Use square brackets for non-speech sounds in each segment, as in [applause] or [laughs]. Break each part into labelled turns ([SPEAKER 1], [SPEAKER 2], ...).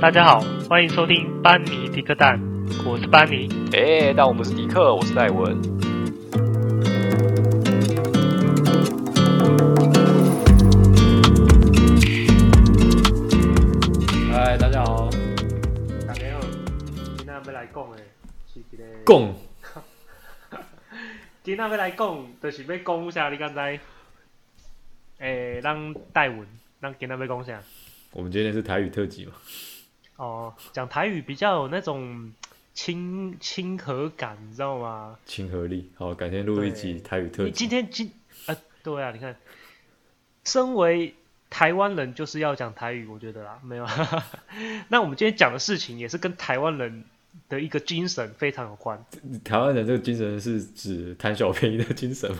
[SPEAKER 1] 大家好，欢迎收听班尼迪克蛋，我是班尼。
[SPEAKER 2] 哎、那我们是迪克，我是戴文。
[SPEAKER 3] 嗨，大家好，
[SPEAKER 1] 大家好，今仔要来讲的是一个，
[SPEAKER 3] 共
[SPEAKER 1] 今仔要来讲，就是要讲啥，你敢知？诶、咱戴文，咱今仔要讲啥？
[SPEAKER 3] 我们今天是台语特辑嘛？
[SPEAKER 1] 哦，讲台语比较有那种亲亲和感，你知道吗？
[SPEAKER 3] 亲和力，好，改天录
[SPEAKER 1] 对
[SPEAKER 3] 一集台语特
[SPEAKER 1] 你今
[SPEAKER 3] 辑。
[SPEAKER 1] 天今啊、对啊，你看，身为台湾人就是要讲台语，我觉得啦，没有 [laughs] 啊。那我们今天讲的事情也是跟台湾人的一个精神非常有关。
[SPEAKER 3] 台湾人这个精神是指贪小便宜的精神吗？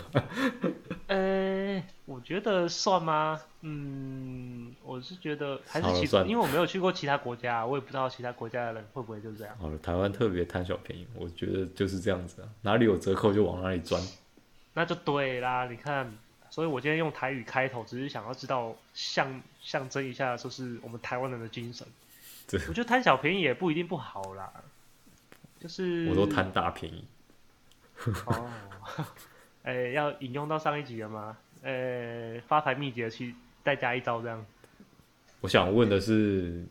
[SPEAKER 1] 呃，我觉得算吗？嗯，我是觉得还是
[SPEAKER 3] 好了
[SPEAKER 1] 其实
[SPEAKER 3] 算，了
[SPEAKER 1] 因为我没有去过其他国家，啊我也不知道其他国家的人会不会就这样。
[SPEAKER 3] 好了，台湾特别贪小便宜，我觉得就是这样子啊，哪里有折扣就往哪里钻。
[SPEAKER 1] 那就对啦，你看，所以我今天用台语开头，只是想要知道象象征一下，就是我们台湾人的精神
[SPEAKER 3] 这。
[SPEAKER 1] 我觉得贪小便宜也不一定不好啦，就是
[SPEAKER 3] 我都贪大便宜，
[SPEAKER 1] 哦。 [laughs] 哎、要引用到上一集了吗？呃、发财秘诀去再加一招这样。
[SPEAKER 3] 我想问的是，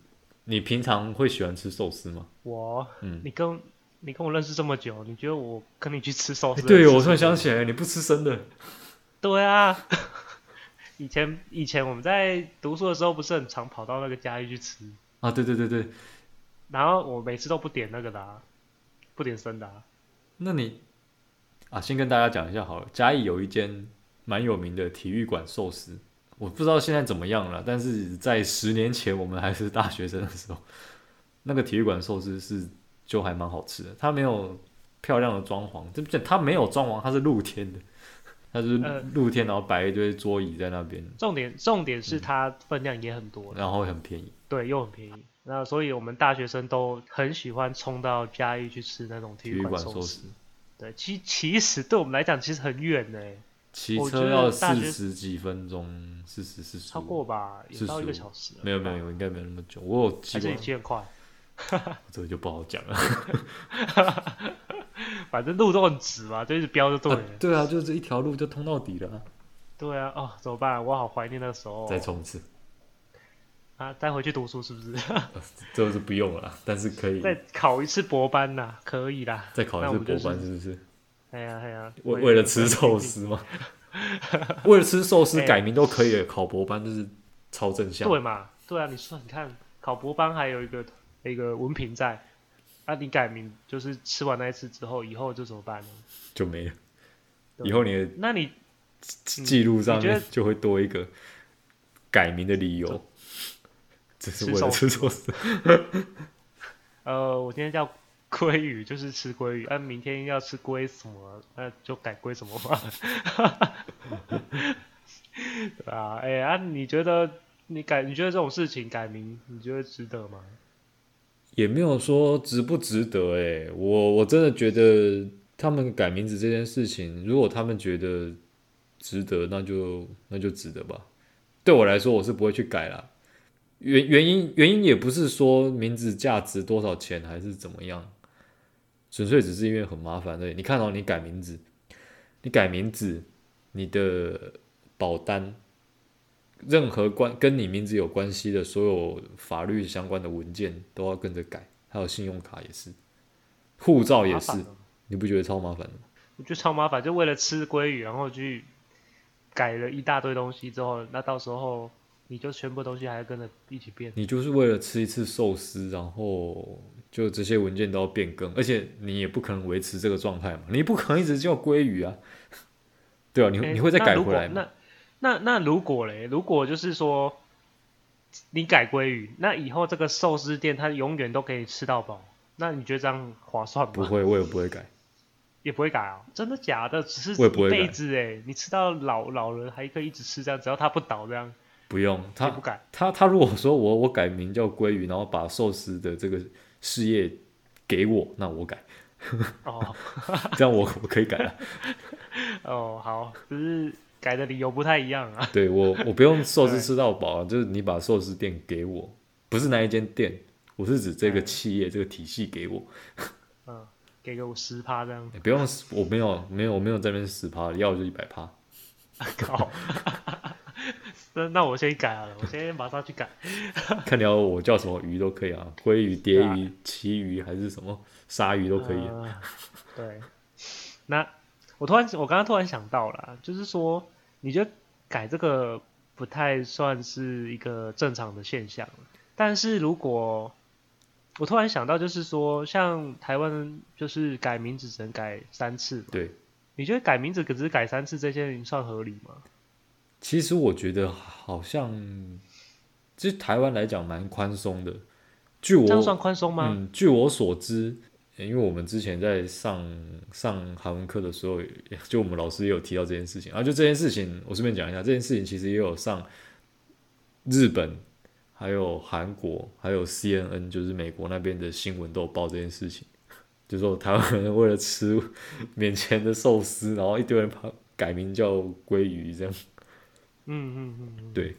[SPEAKER 3] 你平常会喜欢吃寿司吗？
[SPEAKER 1] 我，
[SPEAKER 3] 嗯
[SPEAKER 1] 你跟你跟我认识这么久，你觉得我跟你去吃寿司、
[SPEAKER 3] 哎对，我突然想起来，你不吃生的。
[SPEAKER 1] 对啊。 [laughs] 以前以前我们在读书的时候，不是很常跑到那个嘉义去吃，
[SPEAKER 3] 啊，对对对对，
[SPEAKER 1] 然后我每次都不点那个的、啊，不点生的、啊。
[SPEAKER 3] 那你啊，先跟大家讲一下好了，嘉义有一间蛮有名的体育馆寿司，我不知道现在怎么样了，但是在十年前我们还是大学生的时候，那个体育馆寿司是就还蛮好吃的，它没有漂亮的装潢，对不对？它没有装潢，它是露天的，它是
[SPEAKER 1] 呃
[SPEAKER 3] 露天，然后摆一堆桌椅在那边，
[SPEAKER 1] 重点重点是它分量也很多，
[SPEAKER 3] 然后很便宜。
[SPEAKER 1] 对，又很便宜。那所以我们大学生都很喜欢冲到嘉义去吃那种体
[SPEAKER 3] 体
[SPEAKER 1] 育
[SPEAKER 3] 育馆
[SPEAKER 1] 馆
[SPEAKER 3] 寿
[SPEAKER 1] 寿司。
[SPEAKER 3] 司，
[SPEAKER 1] 对，其其实对我们来讲其实很远呢、
[SPEAKER 3] 骑
[SPEAKER 1] 我觉
[SPEAKER 3] 车
[SPEAKER 1] 得
[SPEAKER 3] 要
[SPEAKER 1] 大
[SPEAKER 3] 四
[SPEAKER 1] 学
[SPEAKER 3] 十几分钟，四十四十
[SPEAKER 1] 超过吧，也到一个
[SPEAKER 3] 45
[SPEAKER 1] 小时了。
[SPEAKER 3] 没有没有，没有应该没有那么久，我有骑
[SPEAKER 1] 还是
[SPEAKER 3] 过
[SPEAKER 1] 你，骑很快，
[SPEAKER 3] 这个就不好讲了。
[SPEAKER 1] 反正路都很直嘛，就一直飙就 [laughs] 对了。
[SPEAKER 3] 啊 [laughs] 对啊，就是一条路就通到底了、啊。
[SPEAKER 1] 对啊，哦，怎么办？我好怀念那个时候哦。
[SPEAKER 3] 再冲一次，
[SPEAKER 1] 啊，再回去读书是不是？
[SPEAKER 3] [laughs] 这个是不用了啦，但是可以
[SPEAKER 1] [laughs] 再考一次博班呐、可以啦。
[SPEAKER 3] 再考一
[SPEAKER 1] 那
[SPEAKER 3] 次
[SPEAKER 1] 我们就
[SPEAKER 3] 博
[SPEAKER 1] 是
[SPEAKER 3] 班，是不是？
[SPEAKER 1] 哎呀哎呀，
[SPEAKER 3] 为为了吃寿司吗？ [laughs] 为了吃寿司
[SPEAKER 1] 哎
[SPEAKER 3] 改名都可以了，考博班就是超正向。
[SPEAKER 1] 对嘛？对啊，你说你看考博班还有一个那个文凭在，啊，你改名就是吃完那一次之后，以后就怎么办呢？
[SPEAKER 3] 就没了。
[SPEAKER 1] 对
[SPEAKER 3] 以后你的
[SPEAKER 1] 那你
[SPEAKER 3] 记录上
[SPEAKER 1] 你觉得
[SPEAKER 3] 面就会多一个改名的理由，只是为了吃寿司。 [laughs]
[SPEAKER 1] 呃，我今天叫鲑鱼，就是吃鲑鱼，啊，明天要吃龟什么，那、就改龟什么吧。 [laughs] 对啊，哎、啊，你觉得你改，你觉得这种事情改名，你觉得值得吗？
[SPEAKER 3] 也没有说值不值得哎、我我真的觉得他们改名字这件事情，如果他们觉得值得，那就那就值得吧。对我来说，我是不会去改啦。原原因原因也不是说名字价值多少钱还是怎么样，纯粹只是因为很麻烦而已。你看到、哦你改名字，你改名字，你的保单，任何关跟你名字有关系的所有法律相关的文件都要跟着改，还有信用卡也是，护照哦也
[SPEAKER 1] 麻
[SPEAKER 3] 是
[SPEAKER 1] 烦，哦了
[SPEAKER 3] 你不觉得超麻烦的吗？
[SPEAKER 1] 我觉得超麻烦，就为了吃鲑鱼，然后去改了一大堆东西之后，那到时候你就全部东西还要跟着一起变。
[SPEAKER 3] 你就是为了吃一次寿司，然后就这些文件都要变更，而且你也不可能维持这个状态嘛，你不可能一直叫鲑鱼啊，对啊，你
[SPEAKER 1] 诶
[SPEAKER 3] 你会再
[SPEAKER 1] 哎那
[SPEAKER 3] 改
[SPEAKER 1] 如果
[SPEAKER 3] 回来吗？
[SPEAKER 1] 那那那如果嘞，如果就是说你改鲑鱼，那以后这个寿司店它永远都可以吃到饱，那你觉得这样划算吗？
[SPEAKER 3] 不，会，我也不会改。
[SPEAKER 1] 也不会改啊、真的假的？只是
[SPEAKER 3] 我也不
[SPEAKER 1] 一
[SPEAKER 3] 会改
[SPEAKER 1] 辈子哎，你吃到老老人还可以一直吃这样，只要他不倒这样，
[SPEAKER 3] 不用
[SPEAKER 1] 也
[SPEAKER 3] 他
[SPEAKER 1] 不改。
[SPEAKER 3] 他他如果说我我改名叫鲑鱼，然后把寿司的这个事业给我，那我改，
[SPEAKER 1] 哦 [laughs]
[SPEAKER 3] 这样我我可以改了。
[SPEAKER 1] 哦，好，只是改的理由不太一样啊。
[SPEAKER 3] 对我我不用寿司吃到饱啊，就是你把寿司店给我，不是那一间店，我我是指这个
[SPEAKER 1] 嗯
[SPEAKER 3] 企业、这个体系给我，
[SPEAKER 1] 嗯，给个我十趴这样
[SPEAKER 3] 欸、不用，我没有没有我没有在那边十趴，要就一百趴。
[SPEAKER 1] 搞。那那我先改好了，我先马上去改。
[SPEAKER 3] 看你要我叫什么鱼都可以啊，鲑鱼、蝶
[SPEAKER 1] 对啊
[SPEAKER 3] 鱼、旗鱼还是什么鲨 [laughs] 鱼都可以啊、
[SPEAKER 1] 呃对，那我突然我刚刚突然想到了，就是说，你觉得改这个不太算是一个正常的现象，但是如果我突然想到，就是说，像台湾就是改名字只能改三次嘛，
[SPEAKER 3] 对，
[SPEAKER 1] 你觉得改名字只是改三次这件事情算合理吗？
[SPEAKER 3] 其实我觉得好像，其实台湾来讲蛮宽松的。据
[SPEAKER 1] 这样算
[SPEAKER 3] 我
[SPEAKER 1] 宽松吗？
[SPEAKER 3] 嗯，据我所知，呃因为我们之前在上上韩文课的时候，就我们老师也有提到这件事情啊。就这件事情，我顺便讲一下，这件事情其实也有上日本、还有韩国、还有 CNN，就是美国那边的新闻都有报这件事情。就说台湾人为了吃 [laughs] 免钱的寿司，然后一堆人跑改名叫鲑鱼这样。
[SPEAKER 1] 嗯嗯嗯嗯，
[SPEAKER 3] 对，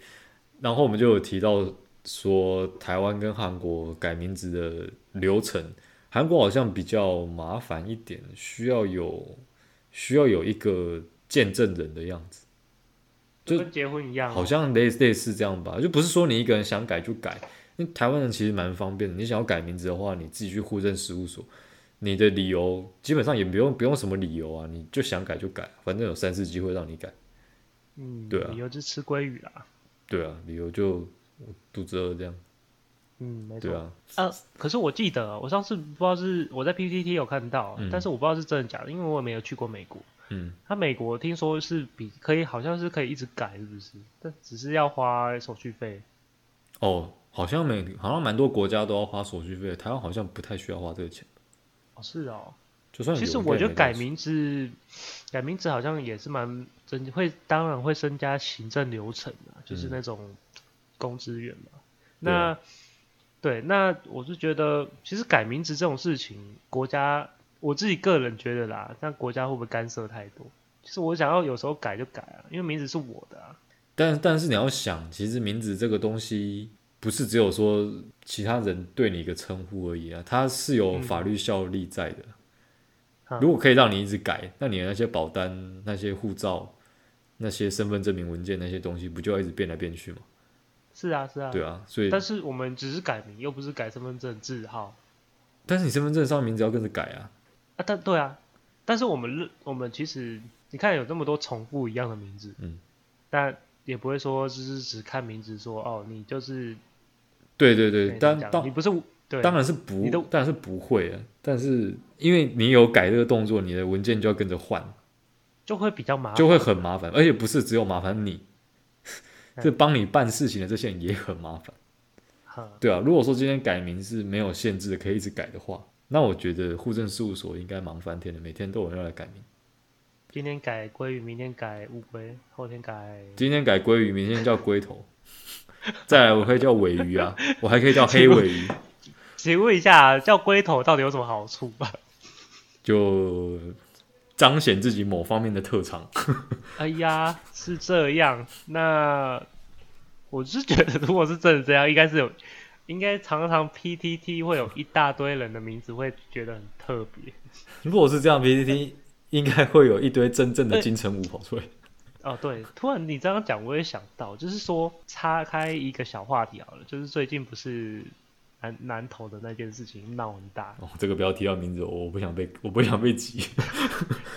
[SPEAKER 3] 然后我们就有提到说，台湾跟韩国改名字的流程，韩国好像比较麻烦一点，需要有需要有一个见证人的样子，就
[SPEAKER 1] 就跟结婚一样啊，
[SPEAKER 3] 好像类类似这样吧，就不是说你一个人想改就改。因为台湾人其实蛮方便的，你想要改名字的话，你自己去户政事务所，你的理由基本上也不用不用什么理由啊，你就想改就改，反正有三次机会让你改。
[SPEAKER 1] 嗯，
[SPEAKER 3] 对啊
[SPEAKER 1] 理由就是吃鲑鱼啦，
[SPEAKER 3] 对啊，理由就我肚子饿这样。
[SPEAKER 1] 嗯，没错
[SPEAKER 3] 对。啊，
[SPEAKER 1] 呃，可是我记得我上次不知道是我在 PPT 有看到，
[SPEAKER 3] 嗯
[SPEAKER 1] 但是我不知道是真的假的，因为我也没有去过美国。
[SPEAKER 3] 嗯。
[SPEAKER 1] 他美国听说是比可以，好像是可以一直改，是不是？但只是要花手续费。
[SPEAKER 3] 哦，好像每好像蛮多国家都要花手续费的，台湾好像不太需要花这个钱。
[SPEAKER 1] 哦，是哦。
[SPEAKER 3] 就算有
[SPEAKER 1] 其实
[SPEAKER 3] 应该
[SPEAKER 1] 我
[SPEAKER 3] 也
[SPEAKER 1] 觉得
[SPEAKER 3] 没
[SPEAKER 1] 改
[SPEAKER 3] 多少
[SPEAKER 1] 名字，改名字好像也是蛮增会，当然会增加行政流程啊，就是
[SPEAKER 3] 嗯
[SPEAKER 1] 那种公职员嘛。
[SPEAKER 3] 对
[SPEAKER 1] 那、
[SPEAKER 3] 啊
[SPEAKER 1] 对，那我是觉得，其实改名字这种事情，国家我自己个人觉得啦，但国家会不会干涉太多？其实我想要有时候改就改啊，因为名字是我的啊。
[SPEAKER 3] 但但是你要想，其实名字这个东西不是只有说其他人对你一个称呼而已啊，它是有
[SPEAKER 1] 嗯
[SPEAKER 3] 法律效力在的。
[SPEAKER 1] 啊
[SPEAKER 3] 如果可以让你一直改，那你的那些保单、那些护照、那些身份证明文件那些东西，不就要一直变来变去吗？
[SPEAKER 1] 是啊，是啊。
[SPEAKER 3] 对啊，所以
[SPEAKER 1] 但是我们只是改名，又不是改身份证字号
[SPEAKER 3] 但是你身份证上名字要跟着改啊。
[SPEAKER 1] 啊。但对啊，但是我们认我们其实你看有这么多重复一样的名字，
[SPEAKER 3] 嗯，
[SPEAKER 1] 但也不会说就是只看名字说哦，你就是
[SPEAKER 3] 对对
[SPEAKER 1] 可以
[SPEAKER 3] 对，
[SPEAKER 1] 这
[SPEAKER 3] 但
[SPEAKER 1] 样讲
[SPEAKER 3] 当
[SPEAKER 1] 你不是对，
[SPEAKER 3] 当然是不
[SPEAKER 1] 你都，
[SPEAKER 3] 当然是不会啊。但是因为你有改这个动作，你的文件就要跟着换，
[SPEAKER 1] 啊就会比较麻烦，
[SPEAKER 3] 就会很麻烦。而且不是只有麻烦
[SPEAKER 1] [laughs]
[SPEAKER 3] 你，
[SPEAKER 1] 嗯
[SPEAKER 3] 是帮你办事情的这些人也很麻烦。
[SPEAKER 1] 哈
[SPEAKER 3] 对啊，如果说今天改名是没有限制的，可以一直改的话，那我觉得户政事务所应该忙翻天的，每天都有人要来改名。
[SPEAKER 1] 今天改鲑鱼，明天改乌龟，后天改
[SPEAKER 3] 今天改鲑鱼，明天叫龟头， [laughs] 再来我可以叫尾鱼啊，我还可以叫黑尾鱼，
[SPEAKER 1] 请问一下，啊叫龟头到底有什么好处啊 [laughs] 吧？
[SPEAKER 3] 就彰显自己某方面的特长。
[SPEAKER 1] 哎呀，是这样。那我是觉得，如果是真的这样，应该是有，应该常常 PTT 会有一大堆人的名字会觉得很特别。
[SPEAKER 3] 如果是这样，PPT 应该会有一堆真正的金城武跑出来。
[SPEAKER 1] 哦，对，突然你这样讲，我也想到，就是说岔开一个小话题好了，就是最近不是南南投的那件事情闹很大，
[SPEAKER 3] 哦，这个不要提到名字，我不想被，我不想被挤。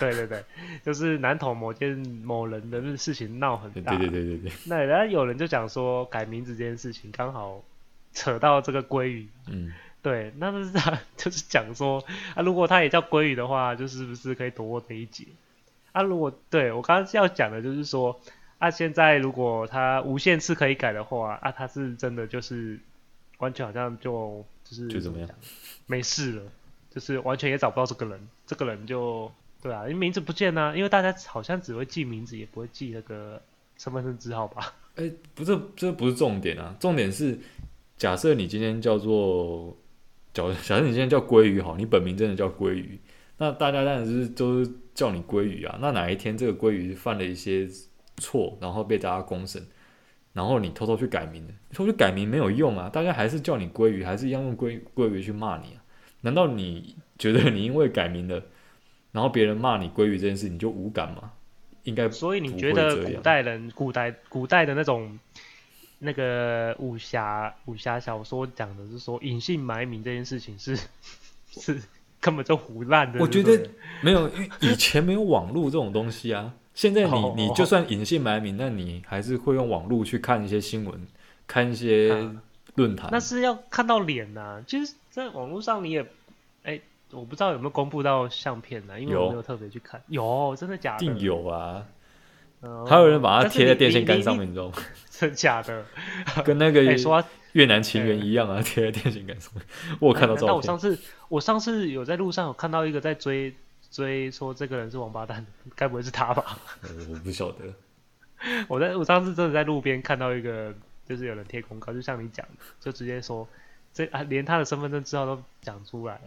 [SPEAKER 1] 对对对，就是南投某件某人的事情闹很
[SPEAKER 3] 对
[SPEAKER 1] 大，
[SPEAKER 3] 对对对对，
[SPEAKER 1] 那然后有人就讲说改名字这件事情刚好扯到这个鲑鱼，
[SPEAKER 3] 嗯，
[SPEAKER 1] 对，那就是他 [laughs] 就是讲说啊，如果他也叫鲑鱼的话，就是不是可以躲过这一劫？啊，如果对我刚刚要讲的就是说啊，现在如果他无限次可以改的话，啊，他是真的就是完全好像就就是
[SPEAKER 3] 就怎么样
[SPEAKER 1] 讲，没事了，就是完全也找不到这个人，这个人就对啊，因为名字不见啦、因为大家好像只会记名字，也不会记那个身份证字号吧。
[SPEAKER 3] 哎，不是，这不是重点啊，重点是假设你今天叫做，假假设你今天叫鲑鱼好，你本名真的叫鲑鱼，那大家当然是都是叫你鲑鱼啊。那哪一天这个鲑鱼犯了一些错，然后被大家公审，然后你偷偷去改名的，偷偷去改名没有用啊，大家还是叫你鲑鱼，还是一样用鲑鲑鱼去骂你啊？难道你觉得你因为改名了，然后别人骂你鲑鱼这件事，你就无感吗？应该
[SPEAKER 1] 所以你
[SPEAKER 3] 不
[SPEAKER 1] 觉
[SPEAKER 3] 会
[SPEAKER 1] 得
[SPEAKER 3] 这
[SPEAKER 1] 古
[SPEAKER 3] 样
[SPEAKER 1] 代人、古代、古代的那种那个武侠、武侠小说讲的是说隐姓埋名这件事情是 [laughs] 是根本就胡乱的。
[SPEAKER 3] 我
[SPEAKER 1] 对
[SPEAKER 3] 觉
[SPEAKER 1] 不对
[SPEAKER 3] 得没有，因为以前没有网络这种东西啊。现在你
[SPEAKER 1] 哦
[SPEAKER 3] 你就算隐姓埋名，那你还是会用网络去看一些新闻，看一些
[SPEAKER 1] 啊
[SPEAKER 3] 论坛。
[SPEAKER 1] 那是要看到脸呐、其实，在网络上你也，哎、我不知道有没有公布到相片呢、啊因为
[SPEAKER 3] 有
[SPEAKER 1] 我没有特别去看。有，真的假
[SPEAKER 3] 一
[SPEAKER 1] 的？
[SPEAKER 3] 定有啊，
[SPEAKER 1] 哦
[SPEAKER 3] 还有人把它
[SPEAKER 1] 但是
[SPEAKER 3] 贴在
[SPEAKER 1] 你
[SPEAKER 3] 电
[SPEAKER 1] 你
[SPEAKER 3] 线杆
[SPEAKER 1] 你
[SPEAKER 3] 上
[SPEAKER 1] 你 [laughs]
[SPEAKER 3] 面，你知道吗？
[SPEAKER 1] 真假的？
[SPEAKER 3] 跟那个
[SPEAKER 1] 哎、说到
[SPEAKER 3] 越南情缘一样啊，贴在电线杆上面。我有看到
[SPEAKER 1] 那
[SPEAKER 3] 照
[SPEAKER 1] 哎我上
[SPEAKER 3] 片，
[SPEAKER 1] 次我上次有在路上有看到一个在追追说这个人是王八蛋，该不会是他吧？ [laughs]
[SPEAKER 3] 呃我不晓得。
[SPEAKER 1] 我在我上次真的在路边看到一个，就是有人贴公告，就像你讲的，就直接说这啊连他的身份证资料都讲出来，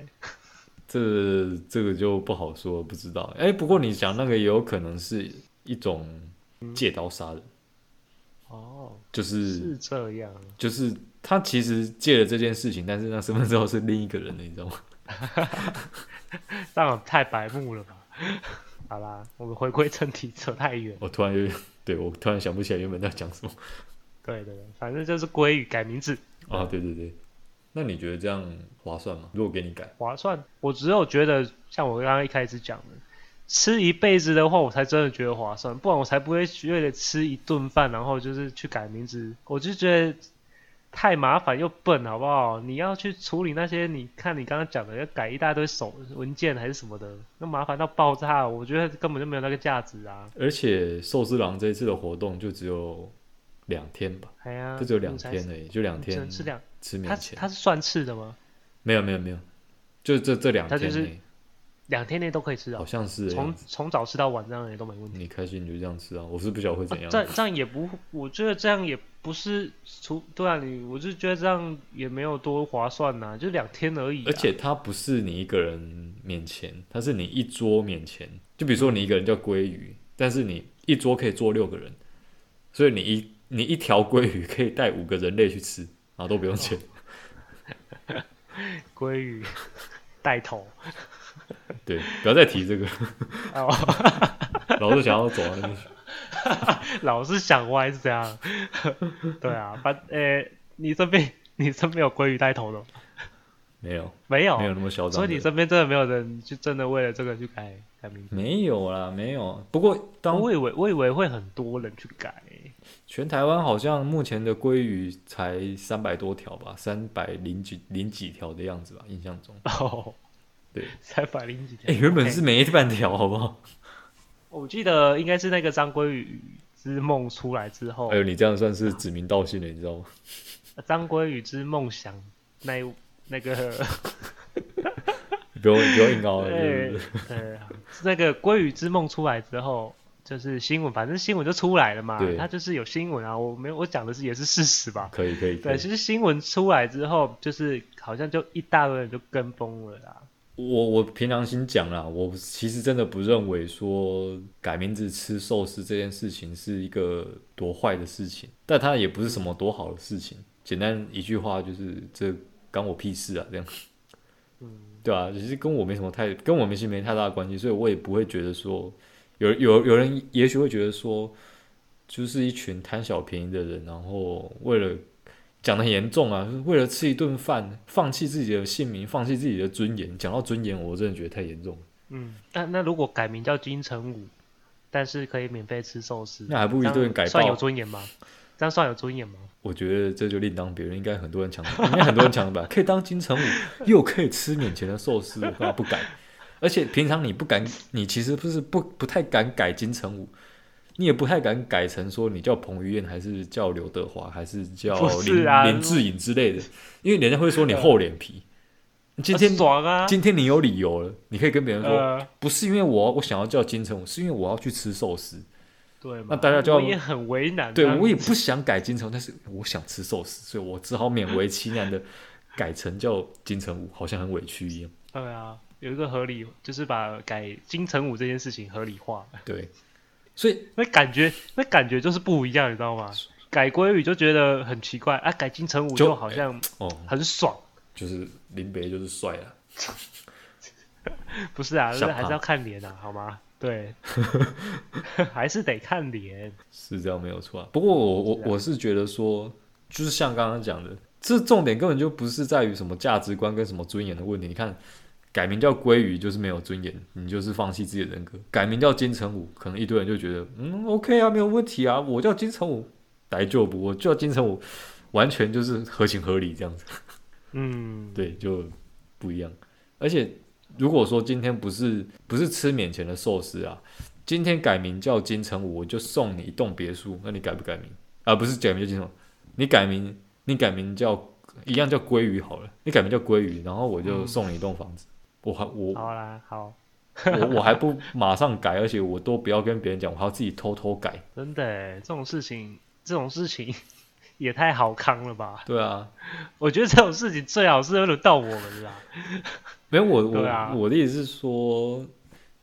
[SPEAKER 3] 这这个就不好说，不知道。哎、不过你讲那个也有可能是一种借刀杀人，
[SPEAKER 1] 哦，
[SPEAKER 3] 就是
[SPEAKER 1] 是这样，
[SPEAKER 3] 就是他其实借了这件事情，但是那身份证号是另一个人的，你知道 [laughs] 吗？
[SPEAKER 1] 这样太白目了吧？ [laughs] 好啦，我们回归正题，扯太远。
[SPEAKER 3] 我突然有点，对我突然想不起来原本在讲什么
[SPEAKER 1] 对对对，反正就是归于改名字
[SPEAKER 3] 啊！对对对，那你觉得这样划算吗？如果给你改，
[SPEAKER 1] 划算。我只有觉得，像我刚刚一开始讲的，吃一辈子的话，我才真的觉得划算，不然我才不会为了吃一顿饭，然后就是去改名字。我就觉得太麻烦又笨，好不好？你要去处理那些，你看你刚刚讲的，要改一大堆手文件还是什么的，那麻烦到爆炸。我觉得根本就没有那个价值啊！
[SPEAKER 3] 而且寿司郎这一次的活动就只有两天吧，
[SPEAKER 1] 哎呀，
[SPEAKER 3] 就只有两
[SPEAKER 1] 你才
[SPEAKER 3] 天而已，就两
[SPEAKER 1] 你只
[SPEAKER 3] 天啊
[SPEAKER 1] 能吃两，
[SPEAKER 3] 吃
[SPEAKER 1] 它
[SPEAKER 3] 免
[SPEAKER 1] 嗯是
[SPEAKER 3] 钱，
[SPEAKER 1] 它是算次的吗？
[SPEAKER 3] 没有没有没有，就这这两
[SPEAKER 1] 它
[SPEAKER 3] 天
[SPEAKER 1] 就
[SPEAKER 3] 内、
[SPEAKER 1] 是两天内都可以吃
[SPEAKER 3] 好哎
[SPEAKER 1] 啊，
[SPEAKER 3] 像是的
[SPEAKER 1] 从
[SPEAKER 3] 样子
[SPEAKER 1] 从早吃到晚这样也都没问题。
[SPEAKER 3] 你开心你就这样吃啊，我是不晓得会
[SPEAKER 1] 啊
[SPEAKER 3] 怎样。
[SPEAKER 1] 这样这样也不，我觉得这样也不是除对啊，你我就觉得这样也没有多划算呐、就两天而已、啊。
[SPEAKER 3] 而且它不是你一个人面前，它是你一桌面前。就比如说你一个人叫鲑鱼，但是你一桌可以坐六个人，所以你一你一条鲑鱼可以带五个人类去吃，然后都不用钱。
[SPEAKER 1] 哦鲑鱼带头
[SPEAKER 3] 对，不要再提这个，
[SPEAKER 1] 哦，
[SPEAKER 3] 老是想要走到那边去。
[SPEAKER 1] 老是想歪是这样。对啊，反呃、你身边你身边有鲑鱼带头的吗
[SPEAKER 3] 没有，
[SPEAKER 1] 没有？
[SPEAKER 3] 没有那么嚣张
[SPEAKER 1] 哦所
[SPEAKER 3] 的。
[SPEAKER 1] 以你身边真的没有人就真的为了这个去改改名字。
[SPEAKER 3] 没有啦，没有。不过当
[SPEAKER 1] 我以为我以为会很多人去改、
[SPEAKER 3] 全台湾好像目前的鲑鱼才三百多条吧，三百零几零几条的样子吧，印象中。
[SPEAKER 1] 哦， [laughs]
[SPEAKER 3] 对，
[SPEAKER 1] 才百零几
[SPEAKER 3] 哎、
[SPEAKER 1] 天。
[SPEAKER 3] 原本
[SPEAKER 1] 哎
[SPEAKER 3] 是没半条，好不好？
[SPEAKER 1] 我记得应该是那个张鲑鱼之梦出来之后
[SPEAKER 3] 哎，呦，你这样算是指名道姓了，你知道吗？ [laughs]
[SPEAKER 1] 张鲑宇之梦想那一 [laughs] 那个
[SPEAKER 3] 不用哦不用硬
[SPEAKER 1] [laughs]
[SPEAKER 3] 凹了，
[SPEAKER 1] 对
[SPEAKER 3] 对不
[SPEAKER 1] 呃是那个鲑鱼之梦出来之后，就是新闻，反正新闻就出来了嘛
[SPEAKER 3] 对。
[SPEAKER 1] 它就是有新闻啊，我没有我讲的是也是事实吧。
[SPEAKER 3] 可以可以可
[SPEAKER 1] 对，
[SPEAKER 3] 以。
[SPEAKER 1] 其实新闻出来之后，就是好像就一大堆人就跟风了啦。
[SPEAKER 3] 我我凭良心讲啦，我其实真的不认为说改名字吃寿司这件事情是一个多坏的事情，但它也不是什么多好的事情。简单一句话就是这干我屁事啊，这样。
[SPEAKER 1] 嗯
[SPEAKER 3] 对啊，其实跟我没什么太跟我没其实没太大的关系，所以我也不会觉得说有有有人也许会觉得说，就是一群贪小便宜的人，然后为了讲的严重啊，就是为了吃一顿饭，放弃自己的姓名，放弃自己的尊严。讲到尊严，我真的觉得太严重了，
[SPEAKER 1] 嗯，那那如果改名叫金城武，但是可以免费吃寿司，
[SPEAKER 3] 那还不如一
[SPEAKER 1] 这
[SPEAKER 3] 顿
[SPEAKER 1] 样
[SPEAKER 3] 改
[SPEAKER 1] 算有
[SPEAKER 3] 爆。
[SPEAKER 1] 尊严吗？这样算有尊严吗？
[SPEAKER 3] 我觉得这就另当别论，应该很多人抢，应该很多人抢吧，可以当金城武，又可以吃免钱的寿司，我干嘛不改？而且平常你不敢，你其实不是不不太敢改金城武，你也不太敢改成说你叫彭于晏，还是叫刘德华，还是叫
[SPEAKER 1] 不是
[SPEAKER 3] 林、
[SPEAKER 1] 啊
[SPEAKER 3] 林志颖之类的，因为人家会说你厚脸皮。今天
[SPEAKER 1] 啊爽啊！
[SPEAKER 3] 今天你有理由了，你可以跟别人说，
[SPEAKER 1] 呃
[SPEAKER 3] 不是因为我我想要叫金城武，是因为我要去吃寿司。
[SPEAKER 1] 对嘛，
[SPEAKER 3] 那大家就要
[SPEAKER 1] 我也很为难啊。
[SPEAKER 3] 对我也不想改金城武，但是我想吃寿司，所以我只好勉为其难的改成叫金城武，好像很委屈一样。
[SPEAKER 1] 对啊，有一个合理，就是把改金城武这件事情合理化，
[SPEAKER 3] 对，所以
[SPEAKER 1] 那感觉那感觉就是不一样，你知道吗？改鲑鱼就觉得很奇怪啊，改金城武
[SPEAKER 3] 就
[SPEAKER 1] 就好像
[SPEAKER 3] 哦，
[SPEAKER 1] 很爽，
[SPEAKER 3] 就是林北就是帅啊，
[SPEAKER 1] 不是啊，
[SPEAKER 3] 小
[SPEAKER 1] 这还是
[SPEAKER 3] 胖
[SPEAKER 1] 要看脸啊，好吗？对，还是得看脸。
[SPEAKER 3] 是这样没有错啊。不过我我
[SPEAKER 1] 是啊
[SPEAKER 3] 我是觉得说，就是像刚刚讲的，这重点根本就不是在于什么价值观跟什么尊严的问题。你看，改名叫鲑鱼就是没有尊严，你就是放弃自己的人格；改名叫金城武，可能一堆人就觉得嗯 OK 啊，没有问题啊，我叫金城武来就不，我叫金城武，完全就是合情合理这样子。
[SPEAKER 1] 嗯，
[SPEAKER 3] 对，就不一样。而且如果说今天不是不是吃免钱的寿司啊，今天改名叫金城武，我就送你一栋别墅，那你改不改名？啊，不是改名叫金城武，你改名你改名叫一样叫鲑鱼好了，你改名叫鲑鱼，然后我就
[SPEAKER 1] 嗯
[SPEAKER 3] 送你一栋房子。我还我
[SPEAKER 1] 好啦，好，
[SPEAKER 3] 我我还不马上改，而且我都不要跟别人讲，我还要自己偷偷改。
[SPEAKER 1] 真的欸这种事情，这种事情 [laughs] 也太好康了吧？
[SPEAKER 3] 对啊，
[SPEAKER 1] 我觉得这种事情最好是轮到我们啦。
[SPEAKER 3] 没有我我、
[SPEAKER 1] 对啊
[SPEAKER 3] 我的意思是说，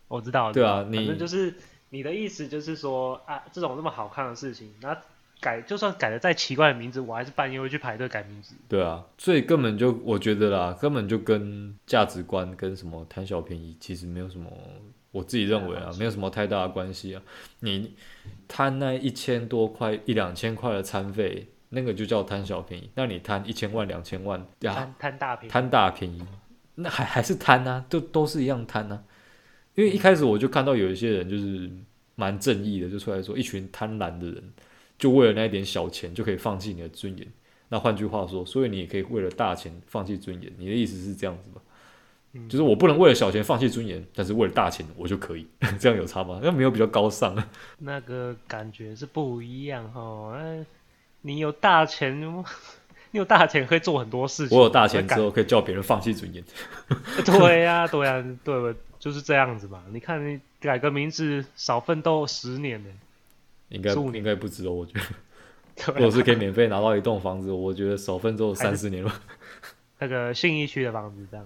[SPEAKER 1] 我知道，
[SPEAKER 3] 对啊
[SPEAKER 1] 我知道
[SPEAKER 3] 你
[SPEAKER 1] 反正就是你的意思就是说啊，这种那么好看的事情，那改就算改的再奇怪的名字，我还是半夜会去排队改名字。
[SPEAKER 3] 对啊，所以根本就我觉得啦，根本就跟价值观跟什么贪小便宜其实没有什么，我自己认为啊，没有什么太大的关系啊。你贪那一千多块、一两千块的餐费，那个就叫贪小便宜；那你贪一千万、两千万，啊呀，
[SPEAKER 1] 贪贪大便宜，
[SPEAKER 3] 贪大便宜，那还还是贪啊，都都是一样贪啊。因为一开始我就看到有一些人就是蛮正义的，就出来说一群贪婪的人，就为了那一点小钱就可以放弃你的尊严。那换句话说，所以你也可以为了大钱放弃尊严。你的意思是这样子吧？
[SPEAKER 1] 嗯
[SPEAKER 3] 就是我不能为了小钱放弃尊严，但是为了大钱我就可以， [laughs] 这样有差吗？那没有比较高尚啊。
[SPEAKER 1] 那个感觉是不一样哦。哎你有大钱， [laughs] 你有大钱可以做很多事情。
[SPEAKER 3] 我有大钱之后可以叫别人放弃尊严，
[SPEAKER 1] [laughs] 对呀、对呀、对吧？就是这样子嘛。你看，你改个名字，少奋斗十年呢。
[SPEAKER 3] 应该
[SPEAKER 1] 十五年
[SPEAKER 3] 应该不止哦。我觉得，
[SPEAKER 1] [laughs] 对啊
[SPEAKER 3] 如
[SPEAKER 1] 吧
[SPEAKER 3] 果是可以免费拿到一栋房子，我觉得少奋斗三十年吧。
[SPEAKER 1] 那个信义区的房子这样，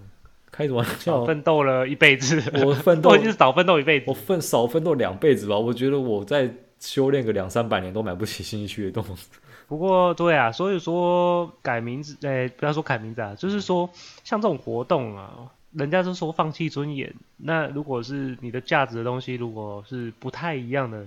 [SPEAKER 3] 开什么玩
[SPEAKER 1] 少
[SPEAKER 3] 笑？
[SPEAKER 1] 奋斗了一辈子，
[SPEAKER 3] 我
[SPEAKER 1] [laughs]
[SPEAKER 3] 奋斗
[SPEAKER 1] 我，就是少奋斗一辈子
[SPEAKER 3] 我。奋少奋斗两辈子吧。我觉得我再修炼个两三百年都买不起新一区的栋。
[SPEAKER 1] [laughs] 不过，对啊，所以说改名字，哎、不要说改名字啊，就是说像这种活动啊，人家都说放弃尊严。那如果是你的价值的东西，如果是不太一样的，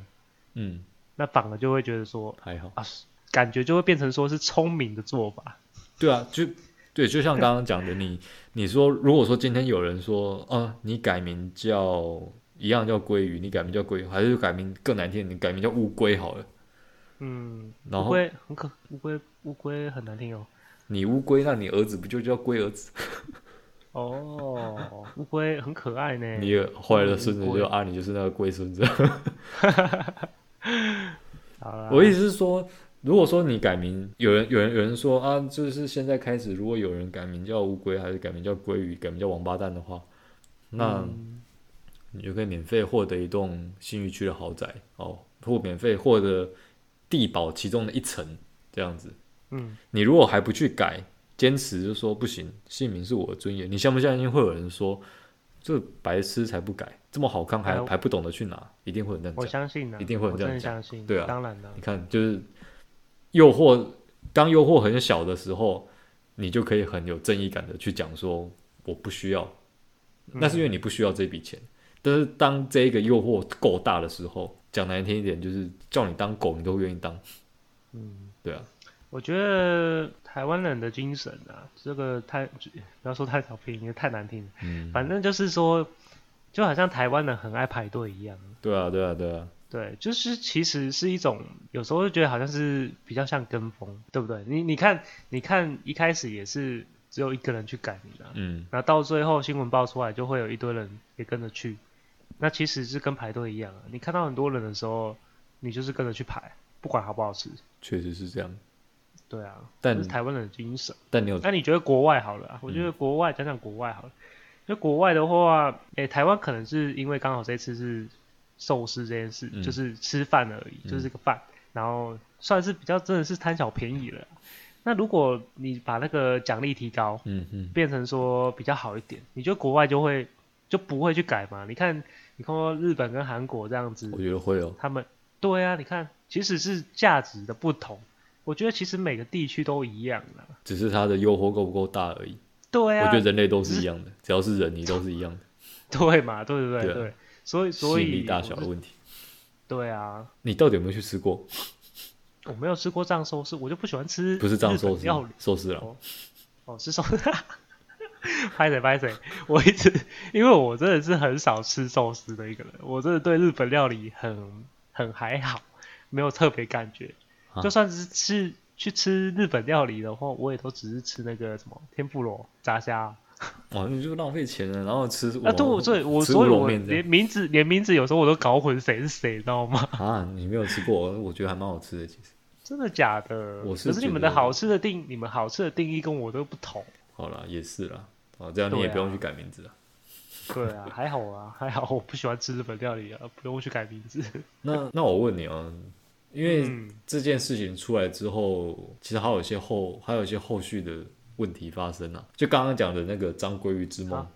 [SPEAKER 3] 嗯，
[SPEAKER 1] 那反而就会觉得说
[SPEAKER 3] 还好。
[SPEAKER 1] 啊，感觉就会变成说是聪明的做法。
[SPEAKER 3] 对啊，就对，就像刚刚讲的，你你说，如果说今天有人说，啊、你改名叫一样叫鲑鱼，你改名叫鲑鱼，还是改名更难听，你改名叫乌龟好了。
[SPEAKER 1] 嗯，
[SPEAKER 3] 然
[SPEAKER 1] 乌
[SPEAKER 3] 后
[SPEAKER 1] 龟很可，乌龟乌龟很难听哦。
[SPEAKER 3] 你乌龟，那你儿子不就叫龟儿子？
[SPEAKER 1] 哦，乌龟很可爱呢。
[SPEAKER 3] 你也后来的孙子
[SPEAKER 1] 乌龟
[SPEAKER 3] 就啊，你就是那个龟孙子。
[SPEAKER 1] 好啦，嗯
[SPEAKER 3] 我意思是说，如果说你改名，有人有人有人说啊，就是现在开始，如果有人改名叫乌龟，还是改名叫鲑鱼，改名叫王八蛋的话，那
[SPEAKER 1] 嗯
[SPEAKER 3] 你就可以免费获得一栋新余区的豪宅哦，或免费获得地堡其中的一层这样子。
[SPEAKER 1] 嗯，
[SPEAKER 3] 你如果还不去改，坚持就说不行，姓名是我的尊严，你相不相信会有人说这白痴才不改，这么好看还、
[SPEAKER 1] 哎呦
[SPEAKER 3] 还不懂得去拿，一定会有人这样
[SPEAKER 1] 我
[SPEAKER 3] 讲。
[SPEAKER 1] 相信呢、啊
[SPEAKER 3] 一定会有
[SPEAKER 1] 我
[SPEAKER 3] 这
[SPEAKER 1] 真
[SPEAKER 3] 样
[SPEAKER 1] 的
[SPEAKER 3] 讲
[SPEAKER 1] 相信，
[SPEAKER 3] 对啊
[SPEAKER 1] 当然了
[SPEAKER 3] 你，看，就是诱惑，当诱惑很小的时候，你就可以很有正义感的去讲说我不需要，
[SPEAKER 1] 嗯
[SPEAKER 3] 那是因为你不需要这笔钱。但是当这一个诱惑够大的时候，讲难听一点，就是叫你当狗，你都愿意当。
[SPEAKER 1] 嗯，
[SPEAKER 3] 对啊，
[SPEAKER 1] 我觉得台湾人的精神啊，这个太不要说太小便宜，太难听了。
[SPEAKER 3] 嗯，
[SPEAKER 1] 反正就是说，就好像台湾人很爱排队一样。
[SPEAKER 3] 对啊，对啊，对啊，
[SPEAKER 1] 对，就是其实是一种，有时候就觉得好像是比较像跟风，对不对？你你看，你看一开始也是只有一个人去改名啊，
[SPEAKER 3] 嗯，
[SPEAKER 1] 然后到最后新闻爆出来，就会有一堆人也跟着去。那其实是跟排队一样啊，你看到很多人的时候，你就是跟着去排，不管好不好吃。
[SPEAKER 3] 确实是这样。
[SPEAKER 1] 对啊，
[SPEAKER 3] 但
[SPEAKER 1] 这是台湾人的精神。
[SPEAKER 3] 但你有
[SPEAKER 1] 那你觉得国外好了啊、我觉得
[SPEAKER 3] 嗯
[SPEAKER 1] 国外、讲讲国外好了。就国外的话，诶、台湾可能是因为刚好这次是寿司这件事，
[SPEAKER 3] 嗯
[SPEAKER 1] 就是吃饭而已，
[SPEAKER 3] 嗯
[SPEAKER 1] 就是个饭，然后算是比较真的是贪小便宜了啊。那如果你把那个奖励提高，
[SPEAKER 3] 嗯嗯，
[SPEAKER 1] 变成说比较好一点，你觉得国外就会就不会去改嘛？你看，你看过日本跟韩国这样子
[SPEAKER 3] 我，觉得会哦。
[SPEAKER 1] 他们对啊，你看，其实是价值的不同，我觉得其实每个地区都一样啦。
[SPEAKER 3] 只是它的诱惑够不够大而已。
[SPEAKER 1] 对啊，
[SPEAKER 3] 我觉得人类都是一样的，只要是人，你都是一样的，
[SPEAKER 1] [laughs] 对嘛，对对
[SPEAKER 3] 对啊
[SPEAKER 1] 对，所以
[SPEAKER 3] 吸
[SPEAKER 1] 所
[SPEAKER 3] 引力
[SPEAKER 1] 以
[SPEAKER 3] 大
[SPEAKER 1] 我
[SPEAKER 3] 小
[SPEAKER 1] 是
[SPEAKER 3] 的问题。
[SPEAKER 1] 对啊，
[SPEAKER 3] 你到底有没有去吃过？
[SPEAKER 1] 我没有吃过藏寿司，我就不喜欢吃
[SPEAKER 3] 不是藏
[SPEAKER 1] 日本
[SPEAKER 3] 寿司
[SPEAKER 1] 料理，
[SPEAKER 3] 寿司郎
[SPEAKER 1] 哦哦，是寿司。 [laughs] 拍谁拍谁，我一直因为我真的是很少吃寿司的一个人，我真的对日本料理很很还好，没有特别感觉。
[SPEAKER 3] 啊
[SPEAKER 1] 就算是吃去吃日本料理的话，我也都只是吃那个什么天妇罗、炸虾
[SPEAKER 3] 哇，那就浪费钱了。然后吃
[SPEAKER 1] 啊。对，我
[SPEAKER 3] 我
[SPEAKER 1] 所以我
[SPEAKER 3] 吃
[SPEAKER 1] 所以
[SPEAKER 3] 乌龙
[SPEAKER 1] 我
[SPEAKER 3] 面这
[SPEAKER 1] 连
[SPEAKER 3] 样
[SPEAKER 1] 名字连名字有时候我都搞混谁是谁，你知道吗？
[SPEAKER 3] 啊，你没有吃过，我觉得还蛮好吃的。其实
[SPEAKER 1] 真的假的？
[SPEAKER 3] 我是
[SPEAKER 1] 可是你
[SPEAKER 3] 觉
[SPEAKER 1] 们的
[SPEAKER 3] 得
[SPEAKER 1] 好吃的定你们好吃的定义跟我都不同。
[SPEAKER 3] 好啦，也是啦，啊，这样你也
[SPEAKER 1] 对啊
[SPEAKER 3] 不用去改名字了。
[SPEAKER 1] 对啊，还好啊，还好，我不喜欢吃日本料理啊，不用去改名
[SPEAKER 3] [laughs]
[SPEAKER 1] 字。
[SPEAKER 3] 那那我问你啊，因为
[SPEAKER 1] 嗯
[SPEAKER 3] 这件事情出来之后，其实还有一些后还有一些后续的问题发生啊。就刚刚讲的那个张鲑鱼之梦
[SPEAKER 1] 啊，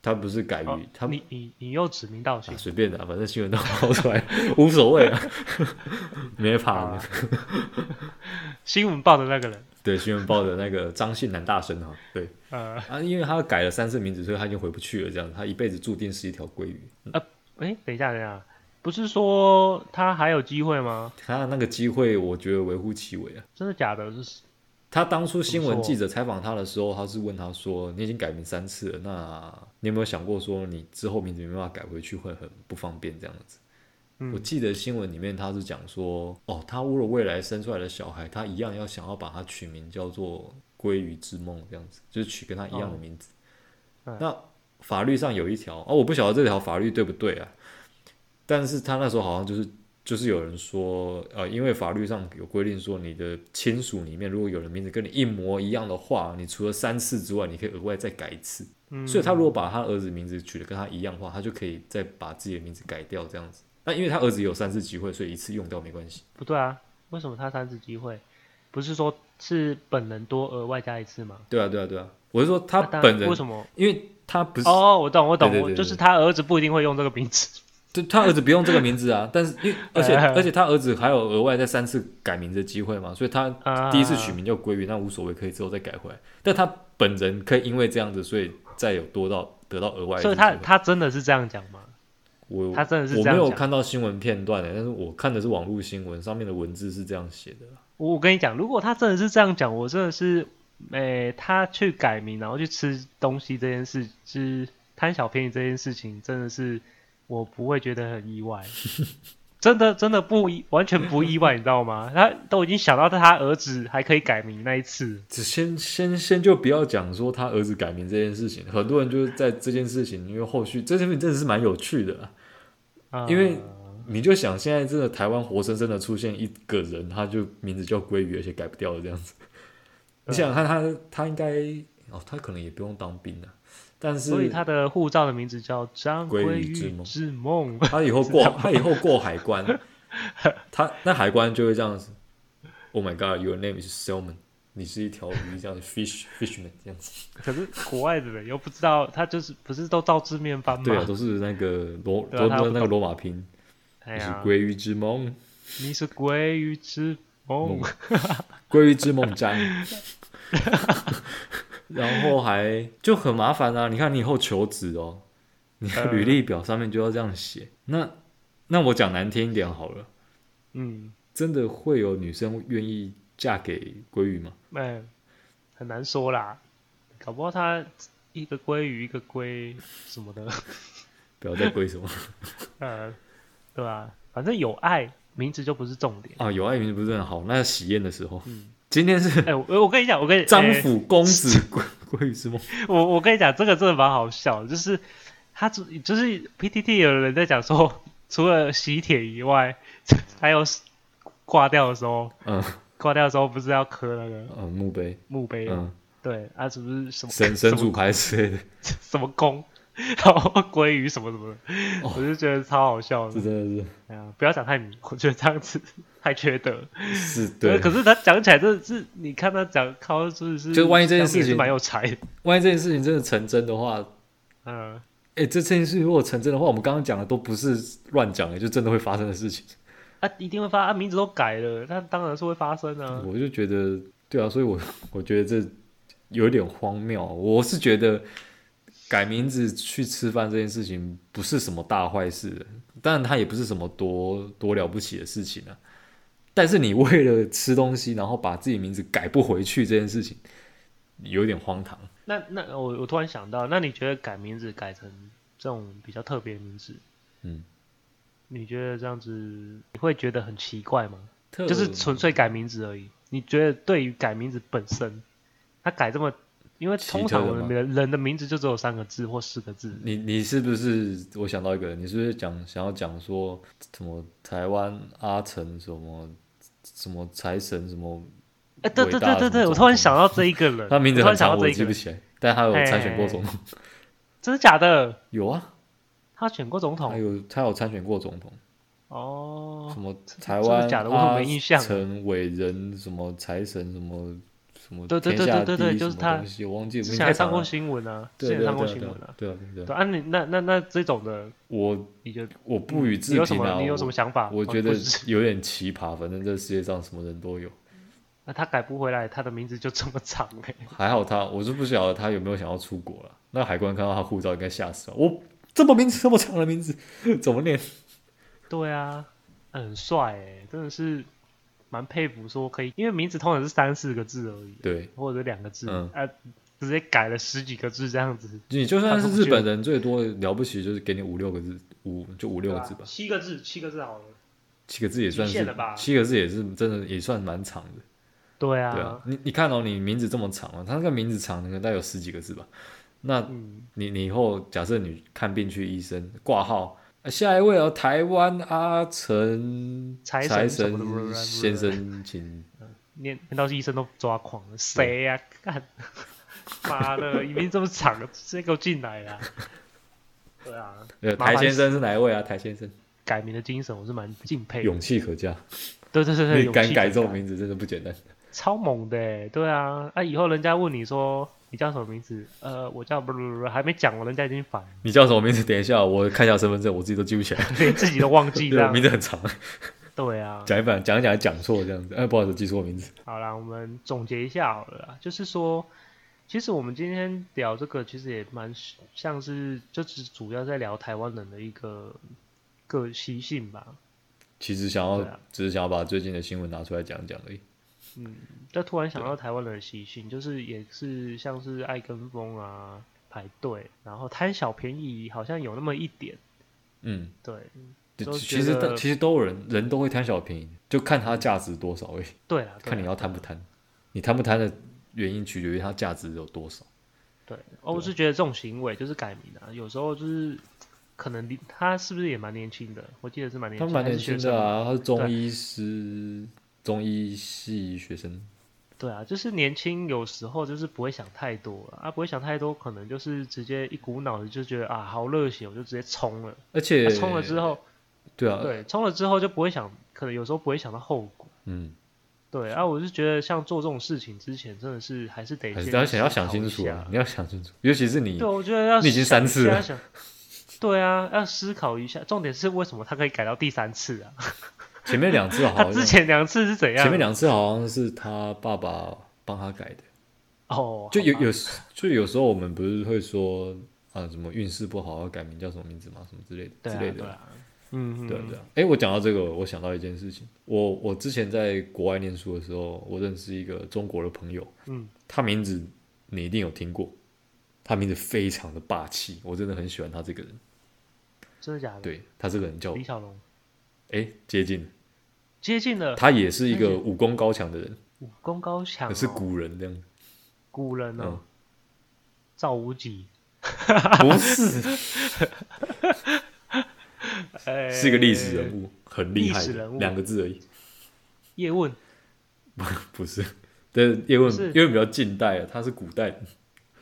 [SPEAKER 3] 它不是改
[SPEAKER 1] 哦
[SPEAKER 3] 鱼，它
[SPEAKER 1] 你你你又指名道
[SPEAKER 3] 啊
[SPEAKER 1] 姓，
[SPEAKER 3] 随便的啊，反正新闻都抛出来， [laughs] 无所谓啊，没
[SPEAKER 1] 好
[SPEAKER 3] 怕
[SPEAKER 1] 啊。新闻报的那个人，
[SPEAKER 3] 对，新闻报的那个张姓男大生哈，对
[SPEAKER 1] 呃，
[SPEAKER 3] 啊，因为他改了三次名字，所以他已经回不去了，这样他一辈子注定是一条鲑鱼。
[SPEAKER 1] 哎、等一下，等一下，不是说他还有机会吗？
[SPEAKER 3] 他那个机会，我觉得微乎其微啊。
[SPEAKER 1] 真的假的？是
[SPEAKER 3] 他当初新闻记者采访他的时候，他是问他说：“你已经改名三次了，那你有没有想过说你之后名字没办法改回去会很不方便这样子？”
[SPEAKER 1] 嗯
[SPEAKER 3] 我记得新闻里面他是讲说：“哦，他为了未来生出来的小孩，他一样要想要把他取名叫做‘鲑鱼之梦’这样子，就是取跟他一样的名字。
[SPEAKER 1] 嗯
[SPEAKER 3] 那法律上有一条哦，我不晓得这条法律对不对啊，但是他那时候好像就是就是有人说，呃，因为法律上有规定说，你的亲属里面如果有人名字跟你一模一样的话，你除了三次之外，你可以额外再改一次。
[SPEAKER 1] 嗯，
[SPEAKER 3] 所以他如果把他儿子名字取得跟他一样的话，他就可以再把自己的名字改掉这样子。那因为他儿子有三次机会，所以一次用掉没关系。
[SPEAKER 1] 不对啊，为什么他三次机会？不是说是本人多额外加一次吗？
[SPEAKER 3] 对啊，对啊，对啊。我是说他
[SPEAKER 1] 那
[SPEAKER 3] 本人
[SPEAKER 1] 为，什么？
[SPEAKER 3] 因为他不是，
[SPEAKER 1] 哦，我懂，我懂，
[SPEAKER 3] 对对
[SPEAKER 1] 我
[SPEAKER 3] 对对
[SPEAKER 1] 就是他儿子不一定会用这个名字。
[SPEAKER 3] 就他儿子不用这个名字啊，但是
[SPEAKER 1] [laughs]
[SPEAKER 3] 因为而且
[SPEAKER 1] 哎
[SPEAKER 3] 而且他儿子还有额外再三次改名字的机会嘛，所以他
[SPEAKER 1] 啊
[SPEAKER 3] 第一次取名叫鲑鱼，那无所谓，可以之后再改回来。但他本人可以因为这样子，所以再有多到得到额外的机
[SPEAKER 1] 所
[SPEAKER 3] 会。
[SPEAKER 1] 以他他真的是这样讲吗？
[SPEAKER 3] 我
[SPEAKER 1] 他真的是这
[SPEAKER 3] 我
[SPEAKER 1] 样讲
[SPEAKER 3] 没有看到新闻片段的，欸但是我看的是网络新闻上面的文字是这样写的啦。
[SPEAKER 1] 我我跟你讲，如果他真的是这样讲，我真的是，诶、他去改名然后去吃东西这件事，是贪小便宜这件事情，真的是我不会觉得很意
[SPEAKER 3] [laughs]
[SPEAKER 1] 外，真的真的不意完全不意外，你知道吗？他都已经想到他儿子还可以改名那一次，
[SPEAKER 3] 只先先先就不要讲说他儿子改名这件事情，很多人就是在这件事情，因为后续这件事情真的是蛮有趣的啦。
[SPEAKER 1] 呃
[SPEAKER 3] 因为你就想现在真的台湾活生生的出现一个人，他就名字叫鲑鱼，而且改不掉的这样子。你想想看他，他应该哦，他可能也不用当兵了，但是
[SPEAKER 1] 所以他的护照的名字叫张
[SPEAKER 3] 鲑
[SPEAKER 1] 鲑
[SPEAKER 3] 鱼之
[SPEAKER 1] 鱼
[SPEAKER 3] 梦
[SPEAKER 1] 之梦， [laughs]
[SPEAKER 3] 他以后过他以后过海关，他那海关就会这样子，Oh my God，your name is salmon，你是一条鱼，这样子 fish fishman 这样子。
[SPEAKER 1] 可是国外的人又不知道，他就是不是都照字面翻吗？
[SPEAKER 3] 对啊，都是那个罗
[SPEAKER 1] 对啊
[SPEAKER 3] 都
[SPEAKER 1] 他不
[SPEAKER 3] 是那个罗马拼，
[SPEAKER 1] 哎
[SPEAKER 3] 就是
[SPEAKER 1] 呀，
[SPEAKER 3] 鲑鱼之梦， [laughs]
[SPEAKER 1] 你是鲑鱼之梦
[SPEAKER 3] 梦。鲑鱼之梦
[SPEAKER 1] [laughs]
[SPEAKER 3] 章，然后还就很麻烦啊！你看你以后求职哦，你的
[SPEAKER 1] 呃
[SPEAKER 3] 履历表上面就要这样写。那那我讲难听一点好了，
[SPEAKER 1] 嗯，
[SPEAKER 3] 真的会有女生愿意嫁给鲑鱼吗？
[SPEAKER 1] 哎、很难说啦，搞不好他一个鲑鱼一个龟什么的， [laughs]
[SPEAKER 3] 不要再归什么
[SPEAKER 1] 呃，对吧、反正有爱，名字就不是重点。
[SPEAKER 3] 啊！有爱名字不是很好。那喜宴的时候，
[SPEAKER 1] 嗯
[SPEAKER 3] 今天是
[SPEAKER 1] 哎、我我跟你讲，我跟你
[SPEAKER 3] 张
[SPEAKER 1] 哎
[SPEAKER 3] 府公子鲑鲑鱼之梦，
[SPEAKER 1] 我我跟你讲，这个真的蛮好笑的，就是他只就是 PTT 有人在讲说， [laughs] 除了喜帖以外， [laughs] 还有挂掉的时候，
[SPEAKER 3] 嗯
[SPEAKER 1] 挂掉的时候不是要磕那个
[SPEAKER 3] 嗯，墓碑，
[SPEAKER 1] 墓碑吗？
[SPEAKER 3] 嗯，
[SPEAKER 1] 对，啊，是不是什么
[SPEAKER 3] 神
[SPEAKER 1] 什
[SPEAKER 3] 神
[SPEAKER 1] 么
[SPEAKER 3] 主牌之类的，
[SPEAKER 1] 嗯什么公， [laughs] 然后鲑鱼什么什么的，
[SPEAKER 3] 哦
[SPEAKER 1] 我就觉得超好笑
[SPEAKER 3] 这
[SPEAKER 1] 的。
[SPEAKER 3] 真的
[SPEAKER 1] 哎呀，不要讲太明， [laughs] 我觉得这样子太缺德。
[SPEAKER 3] 是是
[SPEAKER 1] 呃
[SPEAKER 3] [laughs] 对。
[SPEAKER 1] 可是他讲起来真的是，你看他讲，靠，真的是，
[SPEAKER 3] 就是万一这件
[SPEAKER 1] 讲得也
[SPEAKER 3] 事情
[SPEAKER 1] 是蛮有才的。
[SPEAKER 3] 万一这件事情真的成真的话，
[SPEAKER 1] 嗯，
[SPEAKER 3] 哎、这件事如果成真的话，我们刚刚讲的都不是乱讲的，就真的会发生的事情。
[SPEAKER 1] 啊，一定会发啊，名字都改了，那当然是会发生啊。
[SPEAKER 3] 我就觉得，对啊，所以我 [laughs] 我觉得这有点荒谬。啊我是觉得改名字去吃饭这件事情不是什么大坏事，当然它也不是什么多多了不起的事情啊。但是你为了吃东西，然后把自己名字改不回去这件事情，有点荒唐。
[SPEAKER 1] 那那我我突然想到，那你觉得改名字改成这种比较特别的名字，
[SPEAKER 3] 嗯，
[SPEAKER 1] 你觉得这样子你会觉得很奇怪吗？
[SPEAKER 3] 特
[SPEAKER 1] 就是纯粹改名字而已。你觉得对于改名字本身，他改这么，因为通常我
[SPEAKER 3] 奇特
[SPEAKER 1] 们
[SPEAKER 3] 的吗
[SPEAKER 1] 人人的名字就只有三个字或四个字，
[SPEAKER 3] 你你是不是我想到一个人？你是不是讲想要讲说什么台湾阿成什么什么财神什么？
[SPEAKER 1] 哎、对对
[SPEAKER 3] 伟大
[SPEAKER 1] 对对
[SPEAKER 3] 的什
[SPEAKER 1] 对，
[SPEAKER 3] 么
[SPEAKER 1] 我突然想到这一个人，
[SPEAKER 3] [laughs] 他名字
[SPEAKER 1] 我突
[SPEAKER 3] 很
[SPEAKER 1] 然想到
[SPEAKER 3] 长，
[SPEAKER 1] 这
[SPEAKER 3] 我
[SPEAKER 1] 一个
[SPEAKER 3] 记不
[SPEAKER 1] 人，
[SPEAKER 3] 起来，但他有参选过总统，
[SPEAKER 1] 真的假的？
[SPEAKER 3] 有啊，
[SPEAKER 1] 他选过总
[SPEAKER 3] 他
[SPEAKER 1] 统
[SPEAKER 3] 有他有参选过总统，
[SPEAKER 1] 哦
[SPEAKER 3] 什，么台
[SPEAKER 1] 真
[SPEAKER 3] 湾
[SPEAKER 1] 的假的我怎么
[SPEAKER 3] 阿
[SPEAKER 1] 没印象啊
[SPEAKER 3] 成伟人什么财神什么什么
[SPEAKER 1] 对对
[SPEAKER 3] 天下
[SPEAKER 1] 对对
[SPEAKER 3] 第
[SPEAKER 1] 对
[SPEAKER 3] 一
[SPEAKER 1] 就是
[SPEAKER 3] 什么
[SPEAKER 1] 他
[SPEAKER 3] 东西我忘记，
[SPEAKER 1] 之
[SPEAKER 3] 名
[SPEAKER 1] 前
[SPEAKER 3] 太
[SPEAKER 1] 还上
[SPEAKER 3] 长
[SPEAKER 1] 过
[SPEAKER 3] 了，
[SPEAKER 1] 新闻啊，之
[SPEAKER 3] 对
[SPEAKER 1] 前
[SPEAKER 3] 对
[SPEAKER 1] 上过
[SPEAKER 3] 对
[SPEAKER 1] 新
[SPEAKER 3] 对
[SPEAKER 1] 闻啊，
[SPEAKER 3] 对啊对
[SPEAKER 1] 对
[SPEAKER 3] 啊，
[SPEAKER 1] 啊，你那那那这种的，
[SPEAKER 3] 我
[SPEAKER 1] 你觉得
[SPEAKER 3] 我不予
[SPEAKER 1] 嗯
[SPEAKER 3] 置
[SPEAKER 1] 你有什
[SPEAKER 3] 评
[SPEAKER 1] 么
[SPEAKER 3] 啊，
[SPEAKER 1] 你有什么想法？
[SPEAKER 3] 我我
[SPEAKER 1] 哦
[SPEAKER 3] 觉
[SPEAKER 1] 你 [laughs]
[SPEAKER 3] 得
[SPEAKER 1] 不是
[SPEAKER 3] 有点奇葩，反正这世界上什么人都有。
[SPEAKER 1] 那他改不回来，他的名字就这么长哎、
[SPEAKER 3] 还好他，我是不晓得他有没有想要出国了。那海关看到他护照，应该吓死了。我这么名字这么长的名字， [laughs] 怎么念？
[SPEAKER 1] 对啊，很帅哎、真的是蛮佩服，说可以，因为名字通常是三四个字而已，
[SPEAKER 3] 对，
[SPEAKER 1] 或者两个字，
[SPEAKER 3] 嗯
[SPEAKER 1] 啊，直接改了十几个字这样子，
[SPEAKER 3] 你就算是日本人，最多了不起就是给你五六个字，五就五六个字
[SPEAKER 1] 对
[SPEAKER 3] 吧，
[SPEAKER 1] 七个字，七个字好了。
[SPEAKER 3] 七个字也算
[SPEAKER 1] 极
[SPEAKER 3] 是
[SPEAKER 1] 限了吧
[SPEAKER 3] 七个字也是真的也算蛮长的。
[SPEAKER 1] 对
[SPEAKER 3] 对啊，你你看哦，你名字这么长啊，他那个名字长的，大概有十几个字吧。那
[SPEAKER 1] 嗯，
[SPEAKER 3] 你你以后假设你看病去医生挂号，啊下一位哦，台湾阿成
[SPEAKER 1] 财神
[SPEAKER 3] 财
[SPEAKER 1] 什么的不是不
[SPEAKER 3] 神
[SPEAKER 1] 是
[SPEAKER 3] 先生，请
[SPEAKER 1] 念念到医生都抓狂了，谁呀、干，妈的，已经这么长了，直接给我进来
[SPEAKER 3] [laughs]
[SPEAKER 1] 啦。对啊，
[SPEAKER 3] 呃，
[SPEAKER 1] 麻烦
[SPEAKER 3] 台先生是哪一位啊？台先生，
[SPEAKER 1] 改名的精神我是蛮敬佩的。
[SPEAKER 3] 勇气可嘉，
[SPEAKER 1] 对对对对，
[SPEAKER 3] 你
[SPEAKER 1] 哎勇
[SPEAKER 3] 敢
[SPEAKER 1] 气
[SPEAKER 3] 改
[SPEAKER 1] 可
[SPEAKER 3] 这种名字真的不简单。
[SPEAKER 1] 超猛的欸，对啊，啊，以后人家问你说你叫什么名字，呃，我叫不不不，还没讲完，人家已经烦了，
[SPEAKER 3] 你叫什么名字？等一下，我看一下身份证，我自己都记不起来，
[SPEAKER 1] 连自己都忘记
[SPEAKER 3] [laughs] 对，
[SPEAKER 1] 这
[SPEAKER 3] 我
[SPEAKER 1] 样
[SPEAKER 3] 名。字很长，
[SPEAKER 1] 对啊，
[SPEAKER 3] 讲一半，讲一讲讲错这样子，哎，不好意思，记错名字。
[SPEAKER 1] 好啦，我们总结一下好了啦，就是说，其实我们今天聊这个，其实也蛮像是，就只主要在聊台湾人的一个个习性吧。
[SPEAKER 3] 其实想要
[SPEAKER 1] 对啊
[SPEAKER 3] 只是想要把最近的新闻拿出来讲讲而已。
[SPEAKER 1] 但突然想到台湾人的习性，就是也是像是爱跟风啊、排队，然后贪小便宜，好像有那么一点。
[SPEAKER 3] 嗯，
[SPEAKER 1] 对，
[SPEAKER 3] 就
[SPEAKER 1] 都
[SPEAKER 3] 其
[SPEAKER 1] 觉
[SPEAKER 3] 实
[SPEAKER 1] 得
[SPEAKER 3] 其实都有人人都会贪小便宜，就看它价值多少而已，
[SPEAKER 1] 对啊啦，对
[SPEAKER 3] 看
[SPEAKER 1] 啦
[SPEAKER 3] 你要贪不贪。你贪不贪的原因取决于它价值有多少。
[SPEAKER 1] 对，哦，
[SPEAKER 3] 啊
[SPEAKER 1] 我是觉得这种行为就是改名啊，有时候就是可能你他是不是也蛮年轻的？我记得是蛮年
[SPEAKER 3] 他
[SPEAKER 1] 轻，
[SPEAKER 3] 蛮
[SPEAKER 1] 还是
[SPEAKER 3] 年轻
[SPEAKER 1] 学生
[SPEAKER 3] 的
[SPEAKER 1] 嘛。
[SPEAKER 3] 啊，他是中医师，中医系学生。
[SPEAKER 1] 对啊，就是年轻有时候就是不会想太多啊，啊不会想太多，可能就是直接一股脑的就觉得啊好热血，我就直接冲了。
[SPEAKER 3] 而且
[SPEAKER 1] 啊冲、了之后，
[SPEAKER 3] 对啊，
[SPEAKER 1] 对，冲了之后就不会想，可能有时候不会想到后果。
[SPEAKER 3] 嗯，
[SPEAKER 1] 对啊，我是觉得像做这种事情之前，真的是还是得
[SPEAKER 3] 还是
[SPEAKER 1] 先
[SPEAKER 3] 要想要
[SPEAKER 1] 思
[SPEAKER 3] 想
[SPEAKER 1] 考
[SPEAKER 3] 清
[SPEAKER 1] 一
[SPEAKER 3] 楚
[SPEAKER 1] 下
[SPEAKER 3] 啊，你要想清楚，尤其是你
[SPEAKER 1] 对，，我觉得要
[SPEAKER 3] 你已经三次了
[SPEAKER 1] 想一下。对啊，要思考一下。重点是为什么他可以改到第三次啊？
[SPEAKER 3] 前面两次好
[SPEAKER 1] [laughs] 他
[SPEAKER 3] 像
[SPEAKER 1] 之前两次是怎样？
[SPEAKER 3] 哦前面两次好像是他爸爸帮他改的，
[SPEAKER 1] 哦，
[SPEAKER 3] 就有
[SPEAKER 1] 好吧
[SPEAKER 3] 有时就有时候我们不是会说啊什么运势不好要改名叫什么名字嘛，什么之类的
[SPEAKER 1] 对
[SPEAKER 3] 之
[SPEAKER 1] 啊
[SPEAKER 3] 类
[SPEAKER 1] 对
[SPEAKER 3] 的，
[SPEAKER 1] 啊，嗯，
[SPEAKER 3] 对啊
[SPEAKER 1] 嗯
[SPEAKER 3] 对啊。哎，我讲到这个，我想到一件事情，我我之前在国外念书的时候，我认识一个中国的朋友，
[SPEAKER 1] 嗯，
[SPEAKER 3] 他名字你一定有听过，他名字非常的霸气，我真的很喜欢他这个人。
[SPEAKER 1] 真的假的？，
[SPEAKER 3] 对他这个人叫
[SPEAKER 1] 李小龙
[SPEAKER 3] 哎接近，
[SPEAKER 1] 接近了
[SPEAKER 3] [laughs] 他也是一
[SPEAKER 1] 但
[SPEAKER 3] 个
[SPEAKER 1] 是
[SPEAKER 3] 武功高强的人，
[SPEAKER 1] 武功高嗯强哦，
[SPEAKER 3] 是古人这样。
[SPEAKER 1] 古人哦
[SPEAKER 3] 嗯，，
[SPEAKER 1] 赵无极，[laughs]
[SPEAKER 3] 不是，
[SPEAKER 1] 哎
[SPEAKER 3] 是一个历史人。物，很厉害
[SPEAKER 1] 历史
[SPEAKER 3] 的
[SPEAKER 1] 人物
[SPEAKER 3] 两个字而已，
[SPEAKER 1] 叶问
[SPEAKER 3] 不是。但是叶问
[SPEAKER 1] 不是
[SPEAKER 3] 叶问比较近代啊，他是古代人。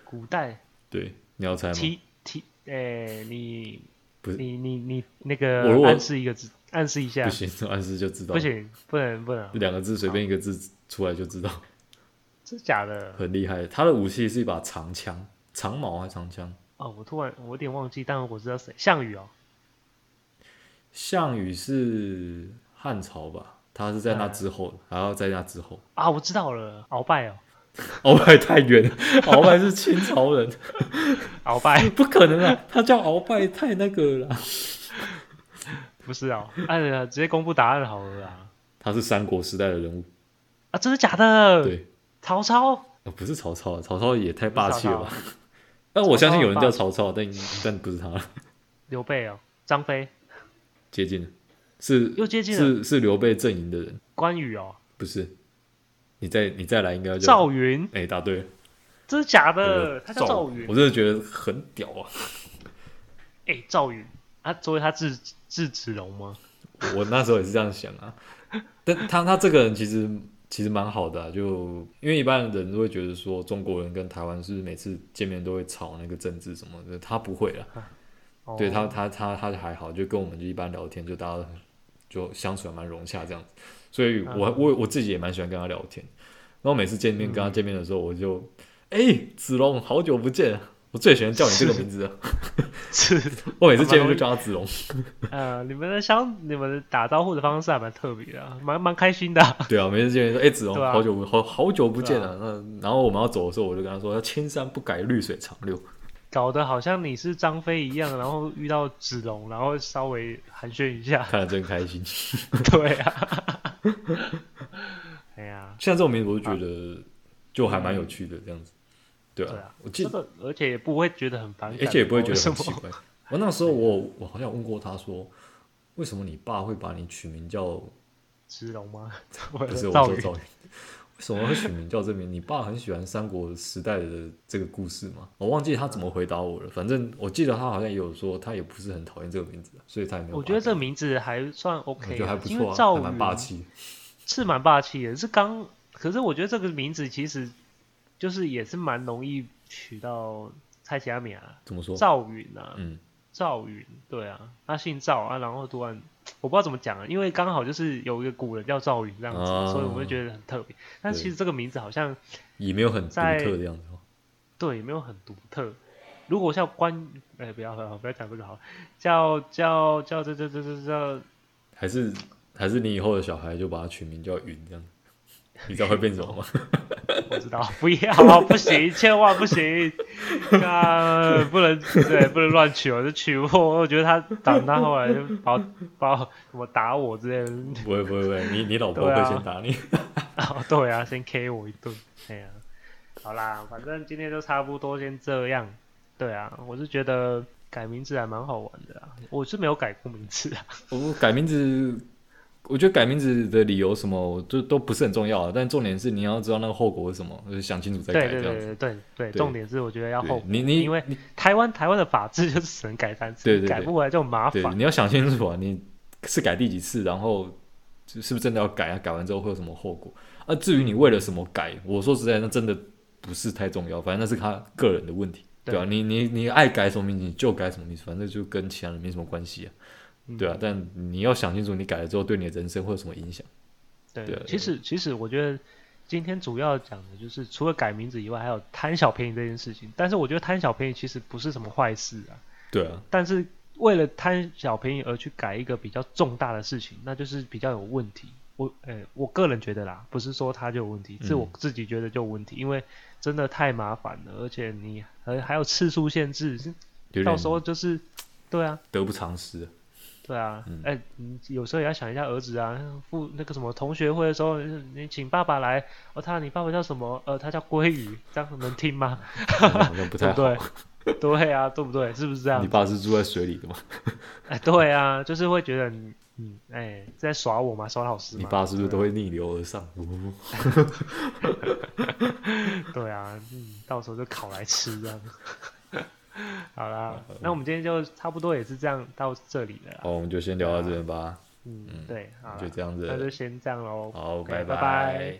[SPEAKER 1] 古代
[SPEAKER 3] 对，你要猜吗？
[SPEAKER 1] 提提，哎，你
[SPEAKER 3] 嗯不是
[SPEAKER 1] 你你你那
[SPEAKER 3] 我
[SPEAKER 1] 个
[SPEAKER 3] 如果
[SPEAKER 1] 暗示一个字，暗示一下
[SPEAKER 3] 不，行， [laughs] 暗示就知道
[SPEAKER 1] 啊不
[SPEAKER 3] 了，
[SPEAKER 1] 行，不能不能，
[SPEAKER 3] 两个字随便一个字出来就知
[SPEAKER 1] 哦
[SPEAKER 3] 道，
[SPEAKER 1] 这假的
[SPEAKER 3] 很厉害。他的武器是一把长枪，长矛还是长枪？
[SPEAKER 1] 哦！我突然我有点忘记，但我知道谁，项羽哦，
[SPEAKER 3] 项羽是汉朝吧，他是在那之后，
[SPEAKER 1] 嗯
[SPEAKER 3] 还要在那之后。 [laughs]
[SPEAKER 1] 啊，我知道了，鳌拜哦，
[SPEAKER 3] 鳌拜太远了，鳌拜是清朝人，
[SPEAKER 1] 鳌 [laughs]
[SPEAKER 3] [laughs]
[SPEAKER 1] 拜
[SPEAKER 3] 不可能啊！他叫鳌拜太那个了啦。
[SPEAKER 1] 不是哦，哎呀，直接公布答案好了啦。
[SPEAKER 3] 他是三国时代的人物，
[SPEAKER 1] 啊，真的假的？
[SPEAKER 3] 对，
[SPEAKER 1] 曹操
[SPEAKER 3] 呃不是曹操啊，曹操也太霸气了
[SPEAKER 1] 不
[SPEAKER 3] 吧 [laughs]
[SPEAKER 1] 是？啊
[SPEAKER 3] 但我相信有人
[SPEAKER 1] 曹操很霸
[SPEAKER 3] 叫
[SPEAKER 1] 气
[SPEAKER 3] 曹操，但但不是他， [laughs]
[SPEAKER 1] 刘备哦，张飞
[SPEAKER 3] 接近了，是
[SPEAKER 1] 又接近了，
[SPEAKER 3] 是是刘备阵营的人，
[SPEAKER 1] 关羽哦，
[SPEAKER 3] 不是？你再你再来应该要叫
[SPEAKER 1] 赵云，
[SPEAKER 3] 哎、答对了，
[SPEAKER 1] 真的假
[SPEAKER 3] 呃
[SPEAKER 1] 的？他叫赵云
[SPEAKER 3] 我，真的觉得很屌啊！
[SPEAKER 1] 哎，赵云，他作为他字字子龙吗？
[SPEAKER 3] 我我那时候也是这样想啊， [laughs] 但他他这个人其实其实蛮好的、啊，就因为一般人都会觉得说中国人跟台湾是每次见面都会吵那个政治什么的，他不会啊，
[SPEAKER 1] 哦
[SPEAKER 3] 对他他他他还好，就跟我们就一般聊天，就大家就相处还蛮融洽这样子，所以我、
[SPEAKER 1] 嗯
[SPEAKER 3] 我我自己也蛮喜欢跟他聊天，然后每次见面跟他见面的时候，我就哎、子龙好久不见啊，我最喜欢叫你这个名字了，
[SPEAKER 1] 是
[SPEAKER 3] 我每次见面就叫他子龙。
[SPEAKER 1] 呃，你们的相，你们的打招呼的方式还蛮特别的啊，蛮蛮开心的啊、
[SPEAKER 3] 对啊，每次见面说，哎、子龙，
[SPEAKER 1] 对啊
[SPEAKER 3] 好久不好好久不见了、那然后我们要走的时候，我就跟他说，要青山不改，绿水长流。
[SPEAKER 1] 搞得好像你是张飞一样，然后遇到子龙，然后稍微寒暄一下。
[SPEAKER 3] 看得真开心。 [laughs]
[SPEAKER 1] [laughs] 对啊， [laughs] 哎呀，
[SPEAKER 3] 像这种名字，我就觉得就还蛮有趣的，这样子。对啊，
[SPEAKER 1] 对啊
[SPEAKER 3] 我记
[SPEAKER 1] 这
[SPEAKER 3] 得，
[SPEAKER 1] 个而且也不会觉得很反感，哦
[SPEAKER 3] 而哎且也不会觉得
[SPEAKER 1] 为什
[SPEAKER 3] 很
[SPEAKER 1] 么
[SPEAKER 3] 奇怪。 [laughs] 我那时候我我好像问过他说，为什么你爸会把你取名叫
[SPEAKER 1] 子龙吗？ [laughs]
[SPEAKER 3] 不是我
[SPEAKER 1] 赵
[SPEAKER 3] 说
[SPEAKER 1] 云
[SPEAKER 3] 赵云， [laughs] 为什么会取名叫这名？你爸很喜欢三国时代的这个故事吗？我忘记他怎么回答我了。反正我记得他好像也有说，他也不是很讨厌这个名字，啊所以他也没有
[SPEAKER 1] 我
[SPEAKER 3] 把它改。
[SPEAKER 1] 觉得这个名字还算
[SPEAKER 3] 我
[SPEAKER 1] OK，、啊、
[SPEAKER 3] 觉得还不
[SPEAKER 1] 因
[SPEAKER 3] 错
[SPEAKER 1] 为
[SPEAKER 3] 啊，
[SPEAKER 1] 赵
[SPEAKER 3] 还蛮霸
[SPEAKER 1] 云
[SPEAKER 3] 气。
[SPEAKER 1] 是蛮霸气的，是刚，可是我觉得这个名字其实就是也是蛮容易取到蔡奇阿米啊，
[SPEAKER 3] 怎么说？
[SPEAKER 1] 赵云啊，
[SPEAKER 3] 嗯，
[SPEAKER 1] 赵云，对啊，他姓赵啊，然后突然我不知道怎么讲啊，因为刚好就是有一个古人叫赵云这样子，
[SPEAKER 3] 哦
[SPEAKER 1] 所以我们就觉得很特别。但
[SPEAKER 3] 对
[SPEAKER 1] 其实这个名字好像
[SPEAKER 3] 也没有很独
[SPEAKER 1] 在
[SPEAKER 3] 特的样子哦。
[SPEAKER 1] 对没有很独特。如果叫关，哎、不要不要不要讲这个好了，叫叫叫这这这这叫
[SPEAKER 3] 还是还是你以后的小孩就把他取名叫云这样，你知道会变什么吗？ [laughs]
[SPEAKER 1] 我知道，不要，不行，千万不行，啊，不能对，不能乱取，我就取我，我觉得他长大后来就把我把我什么打我之类的，
[SPEAKER 3] 不会不会不会，你你老婆
[SPEAKER 1] 对
[SPEAKER 3] 会
[SPEAKER 1] 啊
[SPEAKER 3] 先打你。
[SPEAKER 1] 哦，对啊，先 K 我一顿，哎呀、好啦，反正今天就差不多先这样，对啊，我是觉得改名字还蛮好玩的啊，我是没有改过名字啊，
[SPEAKER 3] 我改名字，我觉得改名字的理由什么，就都不是很重要啊。但重点是你要知道那个后果是什么，就是想清楚再
[SPEAKER 1] 对
[SPEAKER 3] 改这
[SPEAKER 1] 对
[SPEAKER 3] 样
[SPEAKER 1] 对
[SPEAKER 3] 子。
[SPEAKER 1] 对对对，
[SPEAKER 3] 对
[SPEAKER 1] 重点是我觉得要
[SPEAKER 3] 对
[SPEAKER 1] 后，
[SPEAKER 3] 你你
[SPEAKER 1] 因为
[SPEAKER 3] 你
[SPEAKER 1] 台湾台湾的法制就是只能改三次，
[SPEAKER 3] 对对对
[SPEAKER 1] 改不回来就很麻
[SPEAKER 3] 对
[SPEAKER 1] 烦，
[SPEAKER 3] 你要想清楚啊，你是改第几次，然后就是不是真的要改啊？改完之后会有什么后果？啊，至于你为了什么改，我说实在，那真的不是太重要，反正那是他个人的问题，对吧、
[SPEAKER 1] 对
[SPEAKER 3] 你你你爱改什么名字你就改什么名字，反正就跟其他人没什么关系啊，
[SPEAKER 1] 嗯
[SPEAKER 3] 对啊。但你要想清楚，你改了之后对你的人生会有什么影响？
[SPEAKER 1] 对，
[SPEAKER 3] 对啊
[SPEAKER 1] 其实其实我觉得今天主要讲的就是除了改名字以外，还有贪小便宜这件事情。但是我觉得贪小便宜其实不是什么坏事啊，
[SPEAKER 3] 对啊，
[SPEAKER 1] 但是为了贪小便宜而去改一个比较重大的事情，那就是比较有问题。我呃，我个人觉得啦，不是说他就有问题，
[SPEAKER 3] 嗯
[SPEAKER 1] 是我自己觉得就有问题，因为真的太麻烦了，而且你还还有次数限制，
[SPEAKER 3] 有点
[SPEAKER 1] 到时候就是，对啊，
[SPEAKER 3] 得不偿失啊。
[SPEAKER 1] 对啊
[SPEAKER 3] 嗯，
[SPEAKER 1] 哎、你有时候也要想一下儿子啊，父那个什么同学会的时候，你请爸爸来，哦，他你爸爸叫什么？呃，他叫鲑鱼，这样能听
[SPEAKER 3] [laughs]
[SPEAKER 1] 吗？
[SPEAKER 3] 啊
[SPEAKER 1] [laughs]
[SPEAKER 3] 好像不
[SPEAKER 1] 对
[SPEAKER 3] 太
[SPEAKER 1] 不
[SPEAKER 3] 好。
[SPEAKER 1] 对？ [laughs] 对啊，对不对？是不是这样
[SPEAKER 3] 你？爸是住在水里的吗？
[SPEAKER 1] 哎，对啊，就是会觉得你，嗯，哎、在耍我吗？耍老师吗？
[SPEAKER 3] 你爸是不是
[SPEAKER 1] 对
[SPEAKER 3] 都
[SPEAKER 1] 啊
[SPEAKER 3] 会逆流而上？呜
[SPEAKER 1] 对啊，嗯，到时候就烤来吃这样。 [laughs] 好啦，那我们今天就差不多也是这样到这里了啦。
[SPEAKER 3] 好，我们就先聊到这边吧，
[SPEAKER 1] 嗯，对，好啦
[SPEAKER 3] 就这样
[SPEAKER 1] 那就
[SPEAKER 3] 子。
[SPEAKER 1] 先这样喽。
[SPEAKER 3] 好，
[SPEAKER 1] OK，
[SPEAKER 3] 拜
[SPEAKER 1] 拜拜